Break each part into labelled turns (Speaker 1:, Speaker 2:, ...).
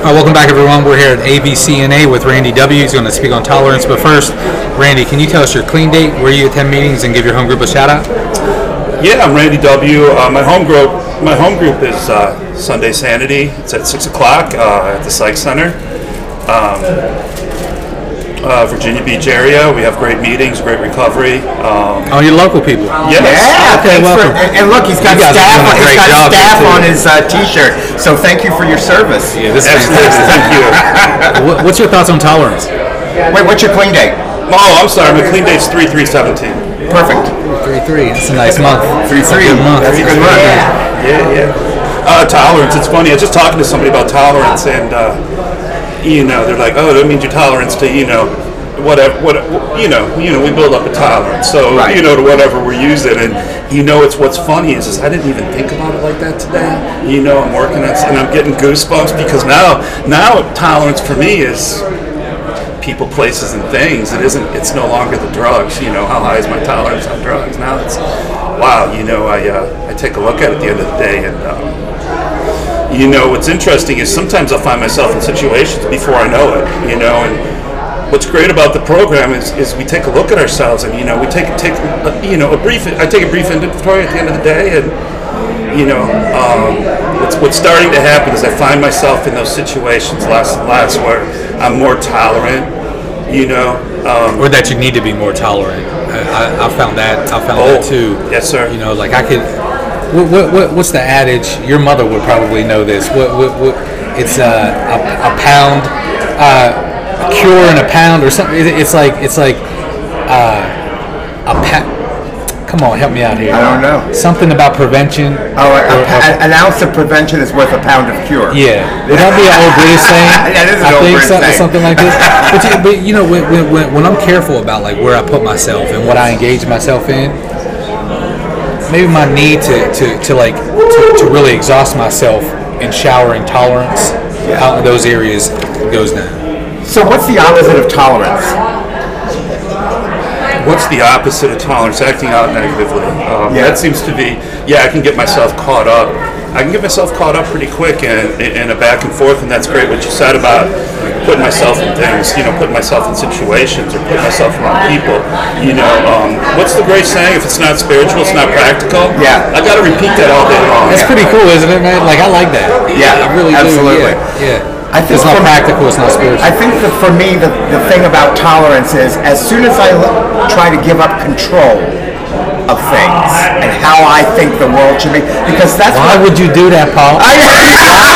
Speaker 1: Uh, welcome back, everyone. We're here at ABCNA with Randy W. He's going to speak on tolerance. But first, Randy, can you tell us your clean date, where you attend meetings, and give your home group a shout out?
Speaker 2: Yeah, I'm Randy W. Uh, my home group, my home group is uh, Sunday Sanity. It's at six o'clock uh, at the Psych Center, um, uh, Virginia Beach area. We have great meetings, great recovery. Um,
Speaker 1: Oh, your local people.
Speaker 2: yes.
Speaker 3: Yeah,
Speaker 1: Okay,
Speaker 3: thanks for,
Speaker 1: welcome.
Speaker 3: and and look, he's got
Speaker 1: You guys are
Speaker 3: staff.
Speaker 1: doing a
Speaker 3: He's
Speaker 1: great
Speaker 3: got
Speaker 1: job here,
Speaker 3: staff
Speaker 1: too.
Speaker 3: on his uh, T-shirt. So thank you for your service.
Speaker 1: Yeah, this is
Speaker 2: Absolutely.
Speaker 1: fantastic.
Speaker 2: Thank you.
Speaker 1: Wha- What's your thoughts on tolerance?
Speaker 3: Wait, what's your clean date?
Speaker 2: Oh, I'm sorry. My clean date's three three seventeen.
Speaker 3: Perfect.
Speaker 1: Three three. It's a nice month. Three three. Good month.
Speaker 3: That's a good one.
Speaker 2: Yeah, yeah. Uh, tolerance. It's funny. I was just talking to somebody about tolerance, and uh, you know, they're like, "Oh, that means your tolerance to you know, whatever, what you know, you know, we build up a tolerance, so
Speaker 3: Right.
Speaker 2: you know, to whatever we're using." And you know, it's what's funny is, is I didn't even think about it like that today. You know, I'm working on, and I'm getting goosebumps because now, now tolerance for me is people, places, and things. It isn't. It's no longer the drugs. You know, how high is my tolerance on drugs? Now it's, wow. You know, I uh, I take a look at it at the end of the day, and um, you know, what's interesting is sometimes I'll find myself in situations before I know it. You know, and what's great about the program is, is we take a look at ourselves, and you know, we take take uh, you know a brief. I take a brief inventory at the end of the day, and you know, um, what's, what's starting to happen is I find myself in those situations less and less where I'm more tolerant, you know. Um,
Speaker 1: or that you need to be more tolerant. I, I, I found that I found that
Speaker 2: Oh,
Speaker 1: too.
Speaker 2: yes, sir.
Speaker 1: You know, like I could. What, what, what, what's the adage? Your mother would probably know this. What, what, what It's uh, a, a pound uh, a cure in a pound or something. It, it's like it's like uh, a pa- Come on, help me out here.
Speaker 3: I don't know.
Speaker 1: Something about prevention.
Speaker 3: Oh, a,
Speaker 1: or-
Speaker 3: a,
Speaker 1: or-
Speaker 3: an ounce of prevention is worth a pound of cure.
Speaker 1: yeah, would that be an old British saying?
Speaker 3: Yeah, this is
Speaker 1: I
Speaker 3: an old
Speaker 1: think
Speaker 3: British
Speaker 1: so-
Speaker 3: saying.
Speaker 1: something like this. But you, but you know, when, when, when, when I'm careful about like where I put myself and what I engage myself in, maybe my need to, to, to like to, to really exhaust myself in showering tolerance out in those areas goes down.
Speaker 3: So what's the opposite of tolerance?
Speaker 2: what's the opposite of tolerance? Acting out negatively. Um,
Speaker 3: Yeah.
Speaker 2: That seems to be, yeah, I can get myself caught up. I can get myself caught up pretty quick in, in a back and forth, and that's great what you said about putting myself in things, you know, putting myself in situations or putting myself around people. You know, um, what's the great saying? If it's not spiritual, it's not practical.
Speaker 3: Yeah.
Speaker 2: i got to repeat that all day long.
Speaker 1: That's pretty cool, isn't it, man? Like I like that.
Speaker 3: Yeah,
Speaker 1: I really
Speaker 3: absolutely.
Speaker 1: do. Yeah, yeah.
Speaker 3: I
Speaker 1: it's
Speaker 3: think
Speaker 1: not
Speaker 3: for-
Speaker 1: practical. It's not spiritual.
Speaker 3: I think that for me, the, the thing about tolerance is as soon as I l- try to give up control of things and how I think the world should be, because that's
Speaker 1: Why
Speaker 3: what
Speaker 1: would you do that, Paul?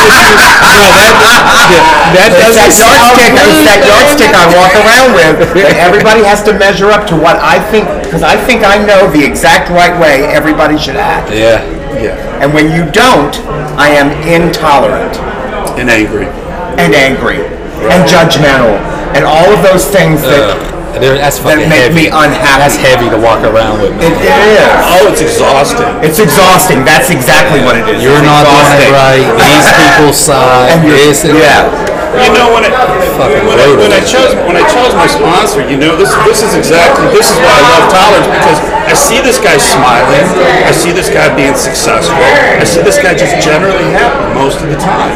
Speaker 1: Oh, that,
Speaker 3: It's
Speaker 1: doesn't
Speaker 3: that yardstick, it's that yardstick I walk around with. that everybody has to measure up to what I think, because I think I know the exact right way everybody should act.
Speaker 1: Yeah.
Speaker 2: Yeah.
Speaker 3: And when you don't, I am intolerant
Speaker 2: And angry.
Speaker 3: and angry and judgmental and all of those things that
Speaker 1: Uh, there- that's
Speaker 3: that
Speaker 1: fucking
Speaker 3: make
Speaker 1: heavy.
Speaker 3: me
Speaker 1: that's
Speaker 3: unhappy.
Speaker 1: heavy to walk around with. Man.
Speaker 3: It, it is.
Speaker 2: Oh, it's exhausting.
Speaker 3: It's exhausting. That's exactly what it is.
Speaker 1: You're
Speaker 3: It's
Speaker 1: not doing it
Speaker 3: exhausting.
Speaker 1: right. These people side.
Speaker 3: And you're-
Speaker 1: this and
Speaker 3: yeah.
Speaker 2: You know when I
Speaker 1: Fucking
Speaker 2: when, I,
Speaker 1: brutal.
Speaker 2: when I chose when I chose my sponsor, you know this this is exactly this is why I love tolerance because I see this guy smiling, I see this guy being successful, I see this guy just generally happy most of the time,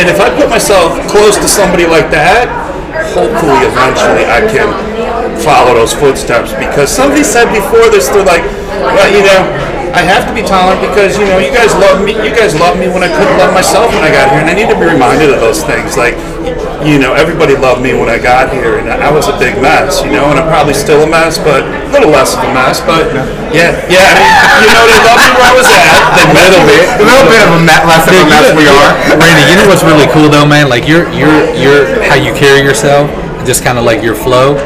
Speaker 2: and if I put myself close to somebody like that, hopefully eventually I can follow those footsteps because somebody said before this they're like, well you know. I have to be tolerant because you know you guys love me. You guys love me when I couldn't love myself when I got here, and I need to be reminded of those things. Like, you know, everybody loved me when I got here, and I was a big mess, you know, and I'm probably still a mess, but a little less of a mess. But yeah, yeah, I mean, you know, they loved me where I was at. They met me.
Speaker 3: A little bit of a me- less of a mess we are.
Speaker 1: Randy, you know what's really cool though, man? Like your your your how you carry yourself, just kind of like your flow.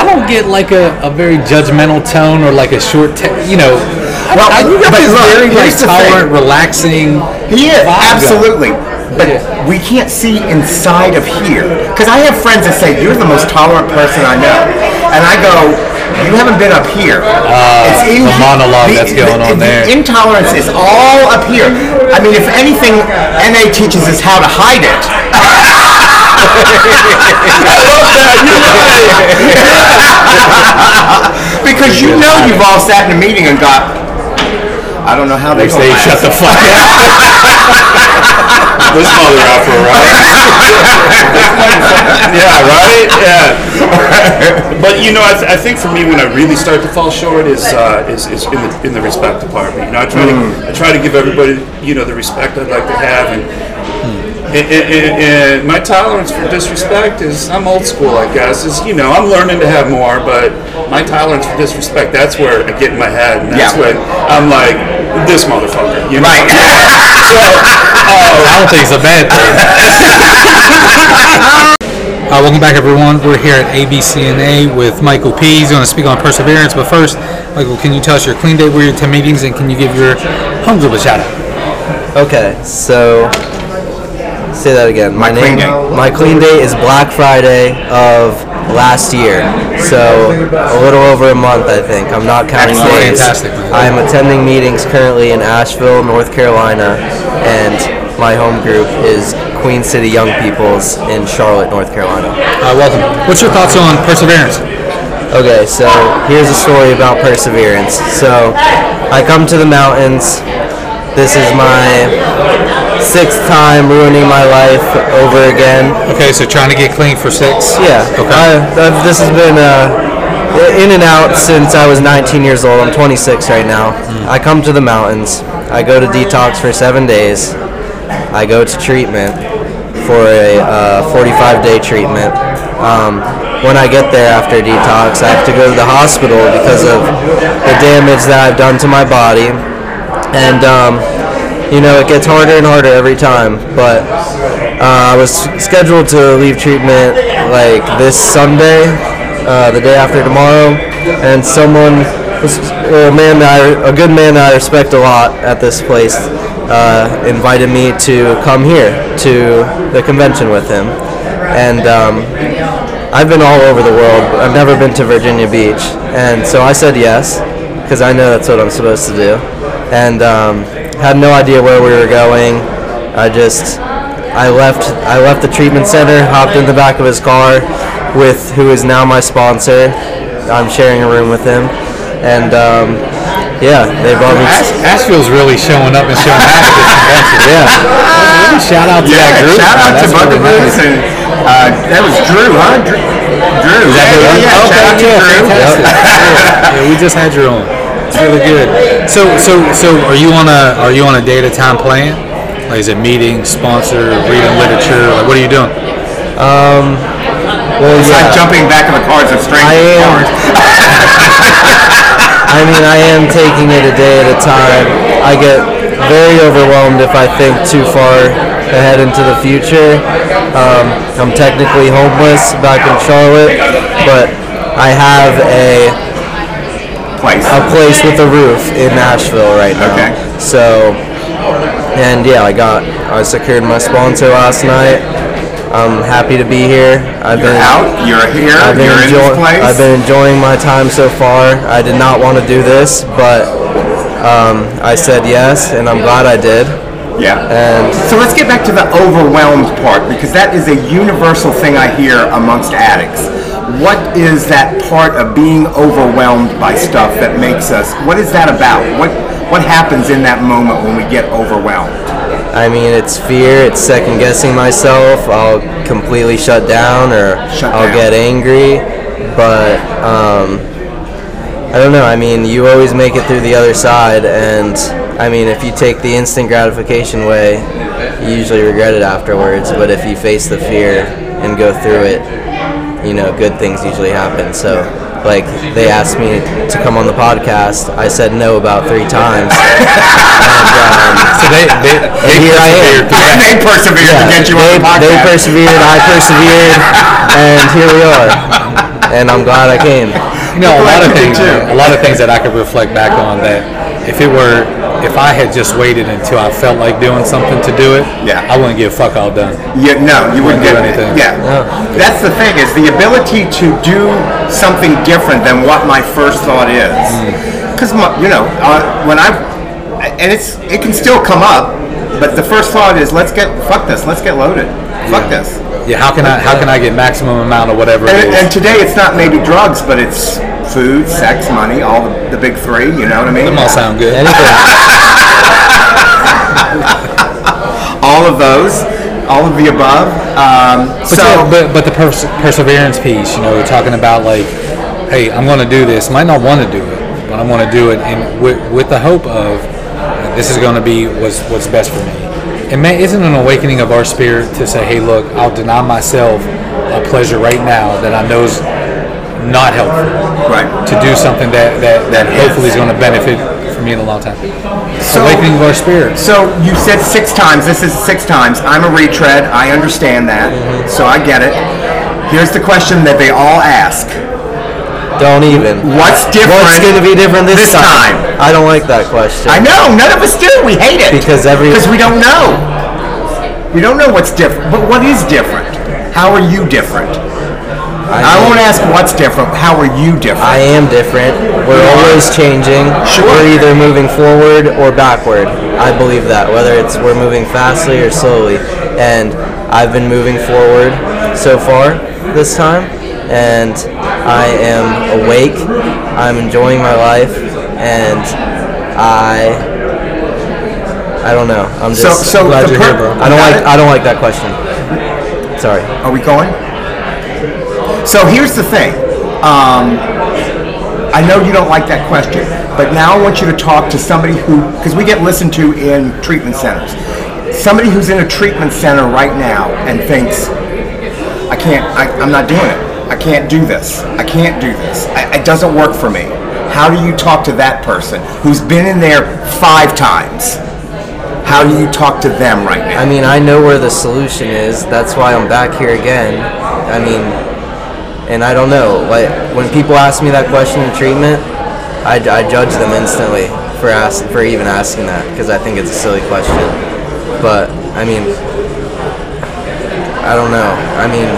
Speaker 1: I don't get like a, a very judgmental tone or like a short, te- you know.
Speaker 3: Well,
Speaker 1: I, I, you got
Speaker 3: but
Speaker 1: this
Speaker 3: look,
Speaker 1: very like
Speaker 3: here's the thing.
Speaker 1: tolerant, relaxing.
Speaker 3: He is
Speaker 1: vibe going.
Speaker 3: absolutely, but
Speaker 1: Yeah.
Speaker 3: we can't see inside of here. Because I have friends that say you're the most tolerant person I know, and I go, you haven't been up here. it's in,
Speaker 1: Ah, the monologue that's going on
Speaker 3: the
Speaker 1: there.
Speaker 3: Intolerance is all up here. I mean, if anything, NA teaches us how to hide it. because you know you've all sat in a meeting and got. I don't know how they
Speaker 1: They
Speaker 3: gonna
Speaker 1: shut the fuck up.
Speaker 2: this mother out for a ride. yeah, right? Yeah. But you know, I, th- I think for me, when I really start to fall short is uh, is, is in, the, in the respect department. You know, I try to I try to give everybody you know the respect I'd like to have, and and, and, and- and my tolerance for disrespect is I'm old school, I guess. Is you know I'm learning to have more, but my tolerance for disrespect that's where I get in my head, and that's
Speaker 3: Yeah.
Speaker 2: when I'm like this motherfucker. You know? um,
Speaker 3: Right.
Speaker 1: I don't think it's a bad thing. Uh, welcome back, everyone. We're here at ABCNA with Michael P. He's going to speak on perseverance. But first, Michael, can you tell us your clean day, where your 10 meetings, and can you give your home group a shout out?
Speaker 4: Okay, so say that again. My,
Speaker 3: clean
Speaker 4: name,
Speaker 3: day.
Speaker 4: my clean day is Black Friday of last year. So a little over a month, I think. I'm not counting
Speaker 3: Excellent.
Speaker 4: days.
Speaker 1: Fantastic, man.
Speaker 4: I am attending meetings currently in Asheville, North Carolina, and my home group is Queen City Young People's in Charlotte, North Carolina.
Speaker 1: Uh, welcome. What's your thoughts on perseverance?
Speaker 4: Okay, so here's a story about perseverance. So I come to the mountains. This is my sixth time ruining my life over again.
Speaker 1: Okay, so trying to get clean for six.
Speaker 4: Yeah.
Speaker 1: Okay.
Speaker 4: I, I've, this has been uh, in and out since I was 19 years old. I'm 26 right now. I come to the mountains. I go to detox for seven days. I go to treatment for a uh, 45 day treatment. Um, when I get there after detox, I have to go to the hospital because of the damage that I've done to my body. And um, you know, it gets harder and harder every time. But uh, I was scheduled to leave treatment like this Sunday, uh, the day after tomorrow, and someone, a man that I, a good man that I respect a lot at this place, uh, invited me to come here to the convention with him, and. Um, I've been all over the world, but I've never been to Virginia Beach. And so I said yes, because I know that's what I'm supposed to do. And um, had no idea where we were going. I just, I left, I left the treatment center, hopped in the back of his car with who is now my sponsor. I'm sharing a room with him. And um, yeah, they brought me.
Speaker 1: Ash- Asheville's really showing up and showing out at this convention.
Speaker 4: yeah,
Speaker 1: Really shout out to that group.
Speaker 3: shout
Speaker 4: Uh,
Speaker 3: out to
Speaker 1: That's what
Speaker 3: Bubba
Speaker 1: we're doing.
Speaker 3: Goose and uh, that was Drew, huh? Drew. Drew.
Speaker 1: Yeah,
Speaker 3: yeah, Oh, yeah,
Speaker 1: yeah,
Speaker 3: shout out to
Speaker 1: yeah,
Speaker 3: Drew.
Speaker 1: fantastic. Yeah, yeah, we just had your own. It's really good. So, so, so, are you on a are you on a day at a time plan? Like, is it meeting, sponsor, reading literature? Like, what are you doing?
Speaker 4: well,
Speaker 3: It's like Uh,
Speaker 4: yeah.
Speaker 3: jumping back in the cars of
Speaker 4: I
Speaker 3: strangers'
Speaker 4: am.
Speaker 3: cars.
Speaker 4: I mean, I am taking it a day at a time. I get very overwhelmed if I think too far ahead into the future. Um, I'm technically homeless back in Charlotte, but I have a
Speaker 3: Place.
Speaker 4: a place with a roof in Nashville right now.
Speaker 3: Okay.
Speaker 4: So, and yeah, I got I secured my sponsor last night. I'm happy to be here. I've
Speaker 3: You're
Speaker 4: been
Speaker 3: out. You're here.
Speaker 4: I've been,
Speaker 3: You're in
Speaker 4: enjoy-
Speaker 3: this place.
Speaker 4: I've been enjoying my time so far. I did not want to do this, but um, I said yes, and I'm glad I did.
Speaker 3: yeah.
Speaker 4: And
Speaker 3: So let's get back to the overwhelmed part because that is a universal thing I hear amongst addicts. What is that part of being overwhelmed by stuff that makes us? What is that about? What what happens in that moment when we get overwhelmed?
Speaker 4: I mean, it's fear, it's second guessing myself. I'll completely shut down or
Speaker 3: Shut
Speaker 4: I'll
Speaker 3: down.
Speaker 4: get angry. But um, I don't know. I mean, you always make it through the other side. And I mean, if you take the instant gratification way, you usually regret it afterwards. But if you face the fear and go through it, you know, good things usually happen. So. Like they asked me to come on the podcast, I said no about three times. um,
Speaker 1: So they, they,
Speaker 4: And here I am.
Speaker 3: They persevere to get you
Speaker 4: they,
Speaker 3: on the podcast.
Speaker 4: they persevered, I persevered, and here we are. And I'm glad I came.
Speaker 1: you know, a lot of
Speaker 3: Glad you
Speaker 1: things,
Speaker 3: did too.
Speaker 1: a lot of things that I could reflect back on that if it were, if I had just waited until I felt like doing something to do it,
Speaker 3: Yeah.
Speaker 1: I wouldn't get a fuck all done.
Speaker 3: Yeah, no, you wouldn't
Speaker 1: do
Speaker 3: get
Speaker 1: anything.
Speaker 3: Yeah. That's the thing is the ability to do something different than what my first thought is.
Speaker 1: Hmm.
Speaker 3: Because you know uh, when I and it's it can still come up, but the first thought is let's get fuck this, let's get loaded, fuck this.
Speaker 1: Yeah, how can I, how can I get maximum amount of whatever it
Speaker 3: And,
Speaker 1: is?
Speaker 3: and today it's not maybe drugs, but it's food, sex, money, all the, the big three. You know what I mean?
Speaker 1: Them all sound good.
Speaker 4: Anything.
Speaker 3: all of those, all of the above. Um,
Speaker 1: But,
Speaker 3: so,
Speaker 1: yeah, but, but the pers- perseverance piece, you know, you're talking about like, hey, I'm going to do this. Might not want to do it, but I'm going to do it, and with, with the hope of uh, this is going to be what's what's best for me. And man, isn't an awakening of our spirit to say, hey, look, I'll deny myself a pleasure right now that I know is not helpful
Speaker 3: right.
Speaker 1: to do something that that, that
Speaker 3: That is.
Speaker 1: hopefully is going to benefit for me in the long time.
Speaker 3: So-
Speaker 1: awakening of our spirit.
Speaker 3: So you said six times. This is six times. I'm a retread. I understand that. So I get it. Here's the question that they all ask.
Speaker 4: Don't even.
Speaker 3: What's different?
Speaker 4: What's going to be different
Speaker 3: this
Speaker 4: this,
Speaker 3: time?
Speaker 4: I don't like that question.
Speaker 3: I know. None of us do. We hate it
Speaker 4: Because every-
Speaker 3: because we don't know. We don't know what's different. But what is different? How are you different? I won't ask what's different. How are you different?
Speaker 4: I am different. We're always changing.
Speaker 3: Sure.
Speaker 4: We're either moving forward or backward. I believe that, whether it's we're moving fastly or slowly. And I've been moving forward so far this time. And I am awake. I'm enjoying my life. And I. I don't know. I'm
Speaker 3: So-
Speaker 4: just
Speaker 3: so
Speaker 4: glad
Speaker 3: the
Speaker 4: you're
Speaker 3: per-
Speaker 4: here, bro. I don't
Speaker 3: Got
Speaker 4: like.
Speaker 3: it?
Speaker 4: I don't like that question. Sorry.
Speaker 3: Are we going? So here's the thing. Um, I know you don't like that question, but now I want you to talk to somebody who, because we get listened to in treatment centers. Somebody who's in a treatment center right now and thinks, I can't, I, I'm not doing it. I can't do this. I can't do this. I, it doesn't work for me. How do you talk to that person who's been in there five times? How do you talk to them right now?
Speaker 4: I mean, I know where the solution is. That's why I'm back here again. I mean, and I don't know. Like when people ask me that question in treatment, I, I judge them instantly for ask, for even asking that because I think it's a silly question. But I mean, I don't know. I mean,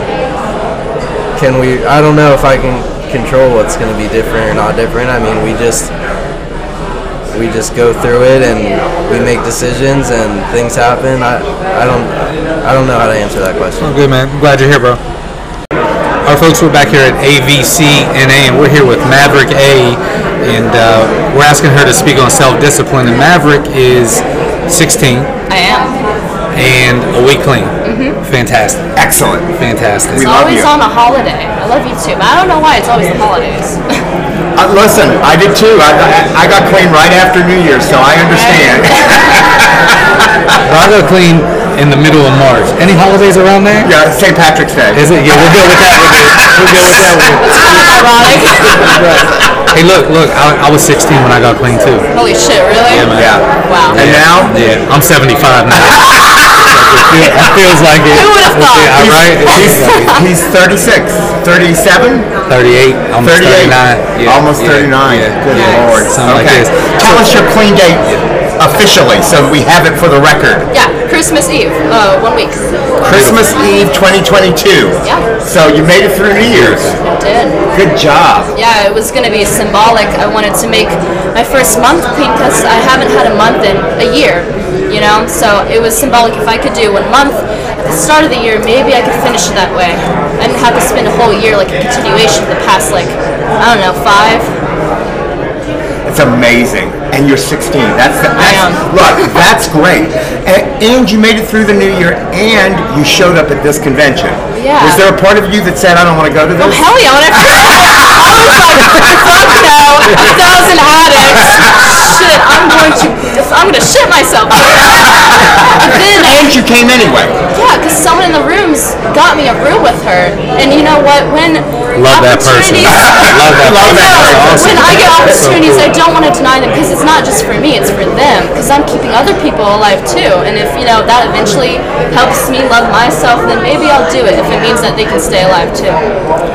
Speaker 4: can we? I don't know if I can control what's going to be different or not different. I mean, we just we just go through it and we make decisions and things happen. I, I don't I don't know how to answer that question.
Speaker 1: I'm Oh, good, man. I'm glad you're here, bro. All right, folks, we're back here at AVCNA, and we're here with Maverick A, and uh, we're asking her to speak on self-discipline. And Maverick is 16
Speaker 5: I am.
Speaker 1: and a week clean. Fantastic,
Speaker 3: Excellent.
Speaker 1: fantastic.
Speaker 3: Mm-hmm. We
Speaker 5: It's
Speaker 3: love
Speaker 5: always
Speaker 3: you.
Speaker 5: on a holiday. I love you too, but I don't know why it's always the holidays.
Speaker 3: Uh, listen, I did too. I, I, I got clean right after New Year's, so I understand.
Speaker 1: Well, I go clean in the middle of March. Any holidays around there?
Speaker 3: yeah, St. Patrick's Day.
Speaker 1: Is it? Yeah, we're good with that. We're good, we're good with that. We're
Speaker 5: Ironic.
Speaker 1: good. Hey, look, look. I, I was 16 when I got clean too.
Speaker 5: Holy shit, really?
Speaker 1: man.
Speaker 3: Yeah.
Speaker 5: Wow.
Speaker 3: And now,
Speaker 1: Yeah, I'm 75 now. it, feel- it feels like it.
Speaker 5: Who would've thought?
Speaker 1: Yeah, right? It feels like it.
Speaker 3: he's 36, 37,
Speaker 1: 38, almost 39.
Speaker 3: 38,
Speaker 1: Yeah,
Speaker 3: almost
Speaker 1: yeah,
Speaker 3: 39.
Speaker 1: yeah.
Speaker 3: Good
Speaker 5: Nice.
Speaker 3: lord.
Speaker 1: Something like
Speaker 3: okay.
Speaker 1: this.
Speaker 3: Tell us your clean date officially, so we have it for the record.
Speaker 5: Yeah, Christmas Eve. Uh, one week.
Speaker 3: Christmas Eve, 2022.
Speaker 5: Yeah.
Speaker 3: So you made it through New Year's.
Speaker 5: I did.
Speaker 3: Good job.
Speaker 5: Yeah, it was gonna be symbolic. I wanted to make my first month clean because I haven't had a month in a year, you know? So it was symbolic if I could do one month at the start of the year, maybe I could finish it that way. I didn't have to spend a whole year like a continuation of the past, like, I don't know, five.
Speaker 3: It's amazing. And you're 16. That's the, that's,
Speaker 5: am.
Speaker 3: Look, that's great. And, and you made it through the new year, and you showed up at this convention.
Speaker 5: Yeah.
Speaker 3: Was there a part of you that said, I don't want to go to
Speaker 5: Oh,
Speaker 3: this?
Speaker 5: hell yeah, when I first I was like, fuck no, a thousand addicts. Shit, I'm going to, I'm going to shit myself. And then I
Speaker 3: And you came anyway.
Speaker 5: Yeah, because someone in the rooms got me a room with her, and you know what? When
Speaker 1: Love that person.
Speaker 5: opportunities,
Speaker 1: Love that
Speaker 5: I
Speaker 1: person.
Speaker 5: know.
Speaker 1: That's awesome.
Speaker 5: When I get
Speaker 1: That's so
Speaker 5: opportunities,
Speaker 1: cool.
Speaker 5: I don't want to deny them because it's not just for me; it's for them. Because I'm keeping other people alive too, and if you know that eventually helps me love myself, then maybe I'll do it if it means that they can stay alive too.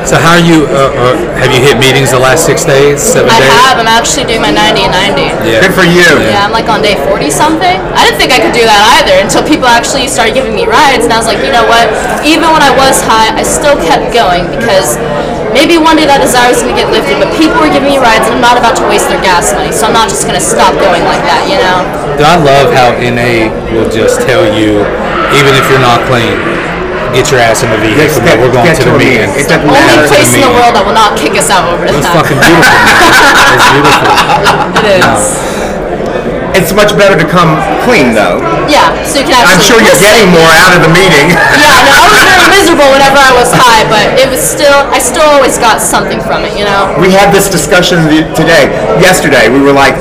Speaker 1: So how are you? Uh, uh, have you hit meetings the last six days, seven
Speaker 5: I
Speaker 1: days?
Speaker 5: have. I'm actually doing my 90 and 90.
Speaker 1: Yeah.
Speaker 3: Good for you.
Speaker 5: Yeah, I'm like on day 40 something. I didn't think I could do that either until people actually started giving me rides, and I was like, you know what? Even when I was high, I still kept going because maybe one day that desire is going to get lifted, but people were giving me rides, and I'm not about to waste their gas money, so I'm not just going to stop going like that, you know?
Speaker 1: Do I love how NA will just tell you, even if you're not clean, get your ass in the vehicle.
Speaker 3: Get-
Speaker 1: but we're going
Speaker 3: get
Speaker 1: to
Speaker 3: to
Speaker 1: the
Speaker 3: a
Speaker 1: meeting.
Speaker 3: meeting. It doesn't
Speaker 1: We're going
Speaker 3: matter.
Speaker 5: Only
Speaker 1: to the
Speaker 5: place in the
Speaker 1: meeting.
Speaker 5: world that will not kick us out over
Speaker 1: It's
Speaker 5: that.
Speaker 1: fucking beautiful. man. It's beautiful.
Speaker 5: It is.
Speaker 3: It's much better to come clean, though.
Speaker 5: Yeah, so you can actually.
Speaker 3: I'm sure you're
Speaker 5: listen.
Speaker 3: getting more out of the meeting.
Speaker 5: Yeah, no, I was very miserable whenever I was high, but it was still, I still always got something from it, you know?
Speaker 3: We had this discussion the- today, yesterday. We were like,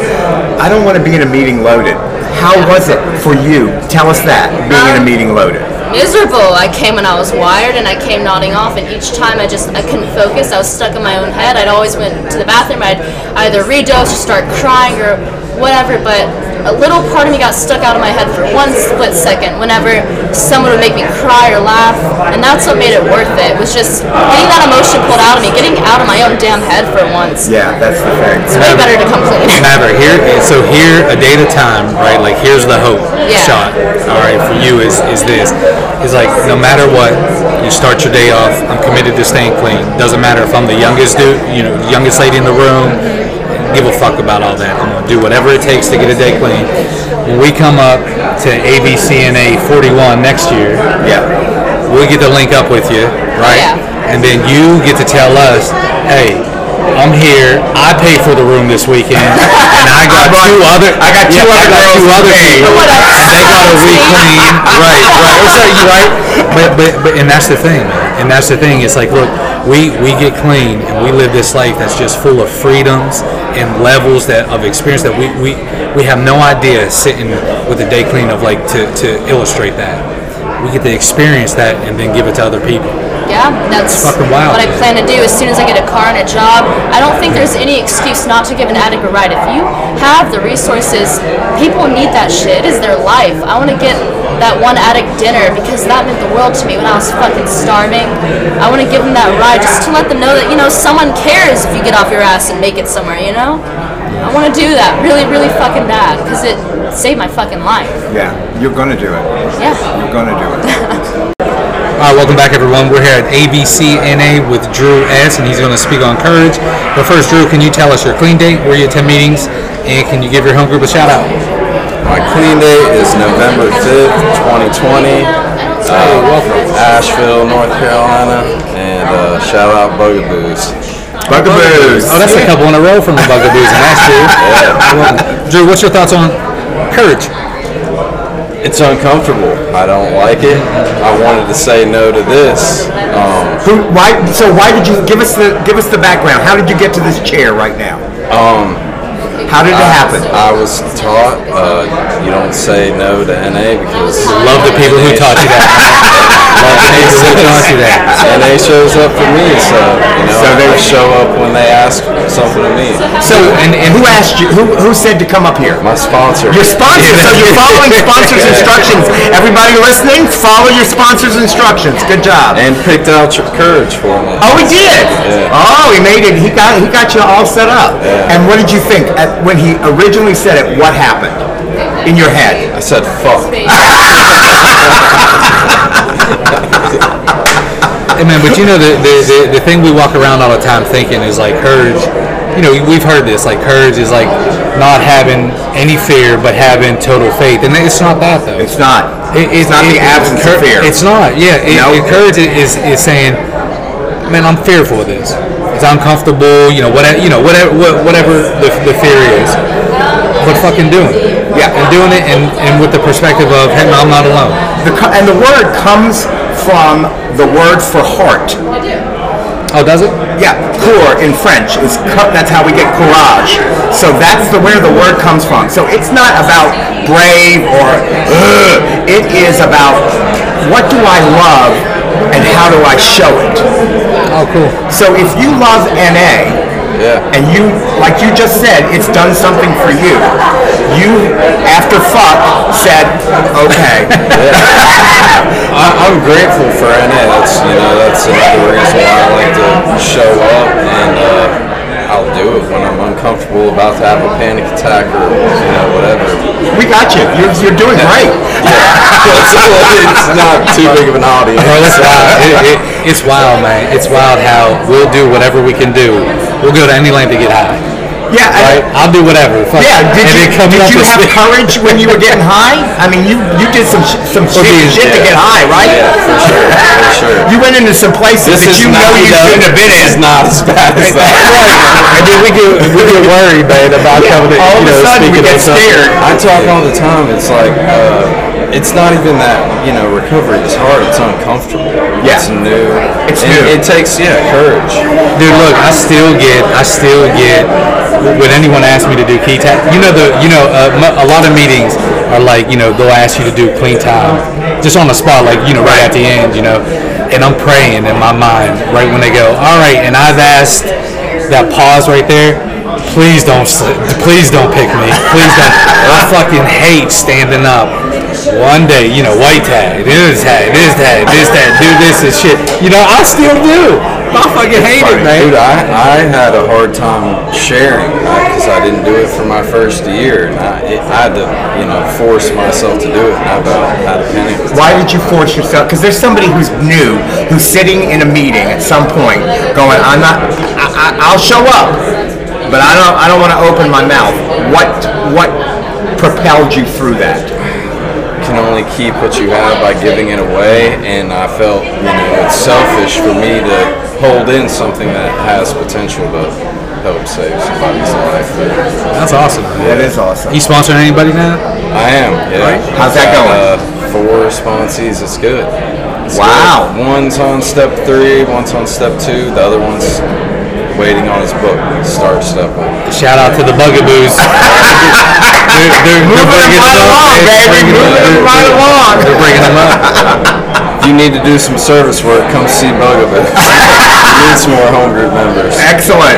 Speaker 3: I don't want to be in a meeting loaded. How was it for you? Tell us that, being in a meeting loaded.
Speaker 5: Miserable. I came and I was wired and I came nodding off, and each time I just, I couldn't focus. I was stuck in my own head. I'd always went to the bathroom. I'd either redose or start crying or whatever, but a little part of me got stuck out of my head for one split second whenever someone would make me cry or laugh, and that's what made it worth it. was just getting that emotion pulled out of me, getting out of my own damn head for once.
Speaker 3: Yeah, that's the
Speaker 5: It's
Speaker 3: thing.
Speaker 5: way better to come clean.
Speaker 1: Maverick, here, so here, a day at a time, right? Like, here's the hope
Speaker 5: Yeah.
Speaker 1: shot, all right, for you is, is this. It's like, no matter what, you start your day off, I'm committed to staying clean. Doesn't matter if I'm the youngest dude, you know, youngest lady in the room, give a fuck about all that. I'm going to do whatever it takes to get a day clean. When we come up to ABCNA 41 next year,
Speaker 3: Yeah.
Speaker 1: we get to link up with you, right?
Speaker 5: Yeah.
Speaker 1: And then you get to tell us, hey, I'm here. I paid for the room this weekend, and I got
Speaker 3: brought-
Speaker 1: two other.
Speaker 3: I got two
Speaker 1: yeah, I
Speaker 3: other
Speaker 1: got two
Speaker 3: girls
Speaker 1: other
Speaker 3: to pay.
Speaker 1: people.
Speaker 5: What up?
Speaker 1: They got a week clean, right? Right. It's like, right. But, but but and that's the thing, man. and that's the thing. It's like, look, we we get clean, and we live this life that's just full of freedoms and levels that of experience that we we we have no idea sitting with a day clean of like to to illustrate that. We get to experience that and then give it to other people.
Speaker 5: Yeah, that's
Speaker 1: fucking wild.
Speaker 5: what I plan to do as soon as I get a car and a job. I don't think there's any excuse not to give an addict a ride. If you have the resources, people need that shit. It is their life. I want to get that one addict dinner because that meant the world to me when I was fucking starving. I want to give them that ride just to let them know that, you know, someone cares if you get off your ass and make it somewhere, you know? I want to do that really, really fucking bad because it saved my fucking life.
Speaker 3: Yeah. You're gonna do it.
Speaker 5: Yeah.
Speaker 3: You're gonna do it.
Speaker 1: All right, welcome back, everyone. We're here at ABCNA with Drew S, and he's going to speak on courage. But first, Drew, can you tell us your clean date? Were you at 10 meetings? And can you give your home group a shout out?
Speaker 6: My clean date is November 5th, 2020. Uh, welcome. Asheville, North Carolina. And uh, shout out Bugaboos.
Speaker 3: Bugaboos.
Speaker 1: Oh, that's a couple in a row from the Bugaboos, and that's Drew. Welcome. Drew, what's your thoughts on courage?
Speaker 6: It's uncomfortable. I don't like it. I wanted to say no to this. Um,
Speaker 3: Who, why? So why did you give us the give us the background? How did you get to this chair right now?
Speaker 6: um,
Speaker 3: How did it
Speaker 1: uh,
Speaker 3: happen?
Speaker 6: I was taught uh, you don't say no to NA because
Speaker 1: Love the people who taught you that.
Speaker 6: NA
Speaker 1: Who taught you that?
Speaker 6: NA shows up for me, so you know
Speaker 3: So they-
Speaker 6: I show up when they ask something of me.
Speaker 3: So and, and who asked you? Who who said to come up here?
Speaker 6: My sponsor.
Speaker 3: Your sponsor. So you're following sponsors' instructions. Everybody listening, follow your sponsors' instructions. Good job.
Speaker 6: and picked out your courage for me.
Speaker 3: Oh, he did. Oh, he made it. He got he got you all set up. And what did you think at, when he originally said it? What happened in your head?
Speaker 6: I said fuck.
Speaker 1: Hey, man, but you know, the, the, the, the thing we walk around all the time thinking is like courage. You know, we've heard this like courage is like not having any fear, but having total faith. And it's not that, though.
Speaker 3: It's not.
Speaker 1: It-
Speaker 3: It's not the absence
Speaker 1: cour-
Speaker 3: of fear.
Speaker 1: It's not. Yeah, it,
Speaker 3: No.
Speaker 1: it- courage i- is is saying, man, I'm fearful of this. It's uncomfortable. You know whatever. You know whatever wha- whatever the, the fear is, but fucking doing it.
Speaker 3: Yeah.
Speaker 1: and doing it, and, and with the perspective of, hey, man, I'm not alone.
Speaker 3: The, co- and the word comes from the word for heart.
Speaker 1: Oh, does it?
Speaker 3: Yeah, cour in French is co- that's how we get courage. So that's the where the word comes from. So it's not about brave or "Ugh." it is about what do I love and how do I show it.
Speaker 1: Oh, cool.
Speaker 3: So if you love NA,
Speaker 6: Yeah.
Speaker 3: and you, like you just said, it's done something for you. You, after fuck, said, okay.
Speaker 6: I, I'm grateful for NA. That's you know that's another reason why I like to show up and uh, I'll do it when I'm uncomfortable about to have a panic attack or you know whatever.
Speaker 3: we got you. You're, you're doing great.
Speaker 6: it's, it's not too big of an audience.
Speaker 1: Bro, it's wild. It, it, it's wild, man. It's wild how we'll do whatever we can do. We'll go to any length to get high.
Speaker 3: Yeah. I-
Speaker 1: Right? I'll do whatever. Fuck
Speaker 3: Yeah,
Speaker 1: it.
Speaker 3: did
Speaker 1: and
Speaker 3: you,
Speaker 1: it comes
Speaker 3: did
Speaker 1: up with
Speaker 3: you have
Speaker 1: me.
Speaker 3: courage when you were getting high? I mean, you, you did some sh- some shit,
Speaker 1: did,
Speaker 3: shit to
Speaker 6: Oh,
Speaker 3: get
Speaker 6: yeah.
Speaker 3: high, right?
Speaker 6: Yeah, for sure, for sure.
Speaker 3: You went into some places
Speaker 6: This
Speaker 3: that
Speaker 6: is
Speaker 3: you
Speaker 6: not,
Speaker 3: know you
Speaker 6: though,
Speaker 3: shouldn't have been
Speaker 6: It's
Speaker 3: in.
Speaker 6: not as bad as that.
Speaker 4: I mean, we get we get worried, man, about
Speaker 3: Yeah,
Speaker 4: coming. to-
Speaker 3: all of
Speaker 4: you
Speaker 3: a
Speaker 4: know,
Speaker 3: sudden we
Speaker 4: speaking
Speaker 3: get
Speaker 4: of something.
Speaker 3: scared.
Speaker 6: I talk all the time. It's like uh, it's not even that you know recovery is hard. It's uncomfortable.
Speaker 3: Yeah.
Speaker 6: It's new.
Speaker 3: It's
Speaker 6: it,
Speaker 3: new.
Speaker 6: It takes yeah courage.
Speaker 1: Dude, look, I still get, I still get when anyone asks me to do key tap. You know the, you know, uh, mu- a lot of meetings are like, you know, they'll ask you to do clean time, just on the spot, like you know, right at the end, you know. And I'm praying in my mind right when they go, all right. And I've asked that pause right there. Please don't, sl- please don't pick me. Please don't. I fucking hate standing up one day, you know, white tag, this tag, this tag, this tag, do this and shit. You know, I still do. I fucking hate it,
Speaker 6: Dude,
Speaker 1: man.
Speaker 6: I, I had a hard time sharing because I didn't do it for my first year, and I, it, I had to you know force myself to do it, and I about had a panic. attack.
Speaker 3: Why did you force yourself? Because there's somebody who's new, who's sitting in a meeting at some point, going, "I'm not. I, I, I'll show up, but I don't. I don't want to open my mouth." What What propelled you through that?
Speaker 6: can only keep what you have by giving it away, and I felt you know it's selfish for me to hold in something that has potential to help save somebody's life.
Speaker 1: That's awesome. Man.
Speaker 3: That is awesome.
Speaker 1: You sponsoring anybody now?
Speaker 6: I am. Yeah.
Speaker 3: How's that
Speaker 6: Got,
Speaker 3: going?
Speaker 6: Uh, four responsees. It's good. It's
Speaker 3: Wow.
Speaker 6: good. One's on step three. One's on step two. The other one's waiting on his book. to Start step one.
Speaker 1: Shout out to the Bugaboos. they're, they're, they're
Speaker 3: Moving
Speaker 1: bringing it up.
Speaker 3: them right along,
Speaker 1: They're
Speaker 3: baby.
Speaker 1: bringing it
Speaker 3: Moving
Speaker 1: up.
Speaker 3: them right along.
Speaker 1: They're bringing them up.
Speaker 6: If you need to do some service work, come see Bugaboo. need some more home group members.
Speaker 3: Excellent.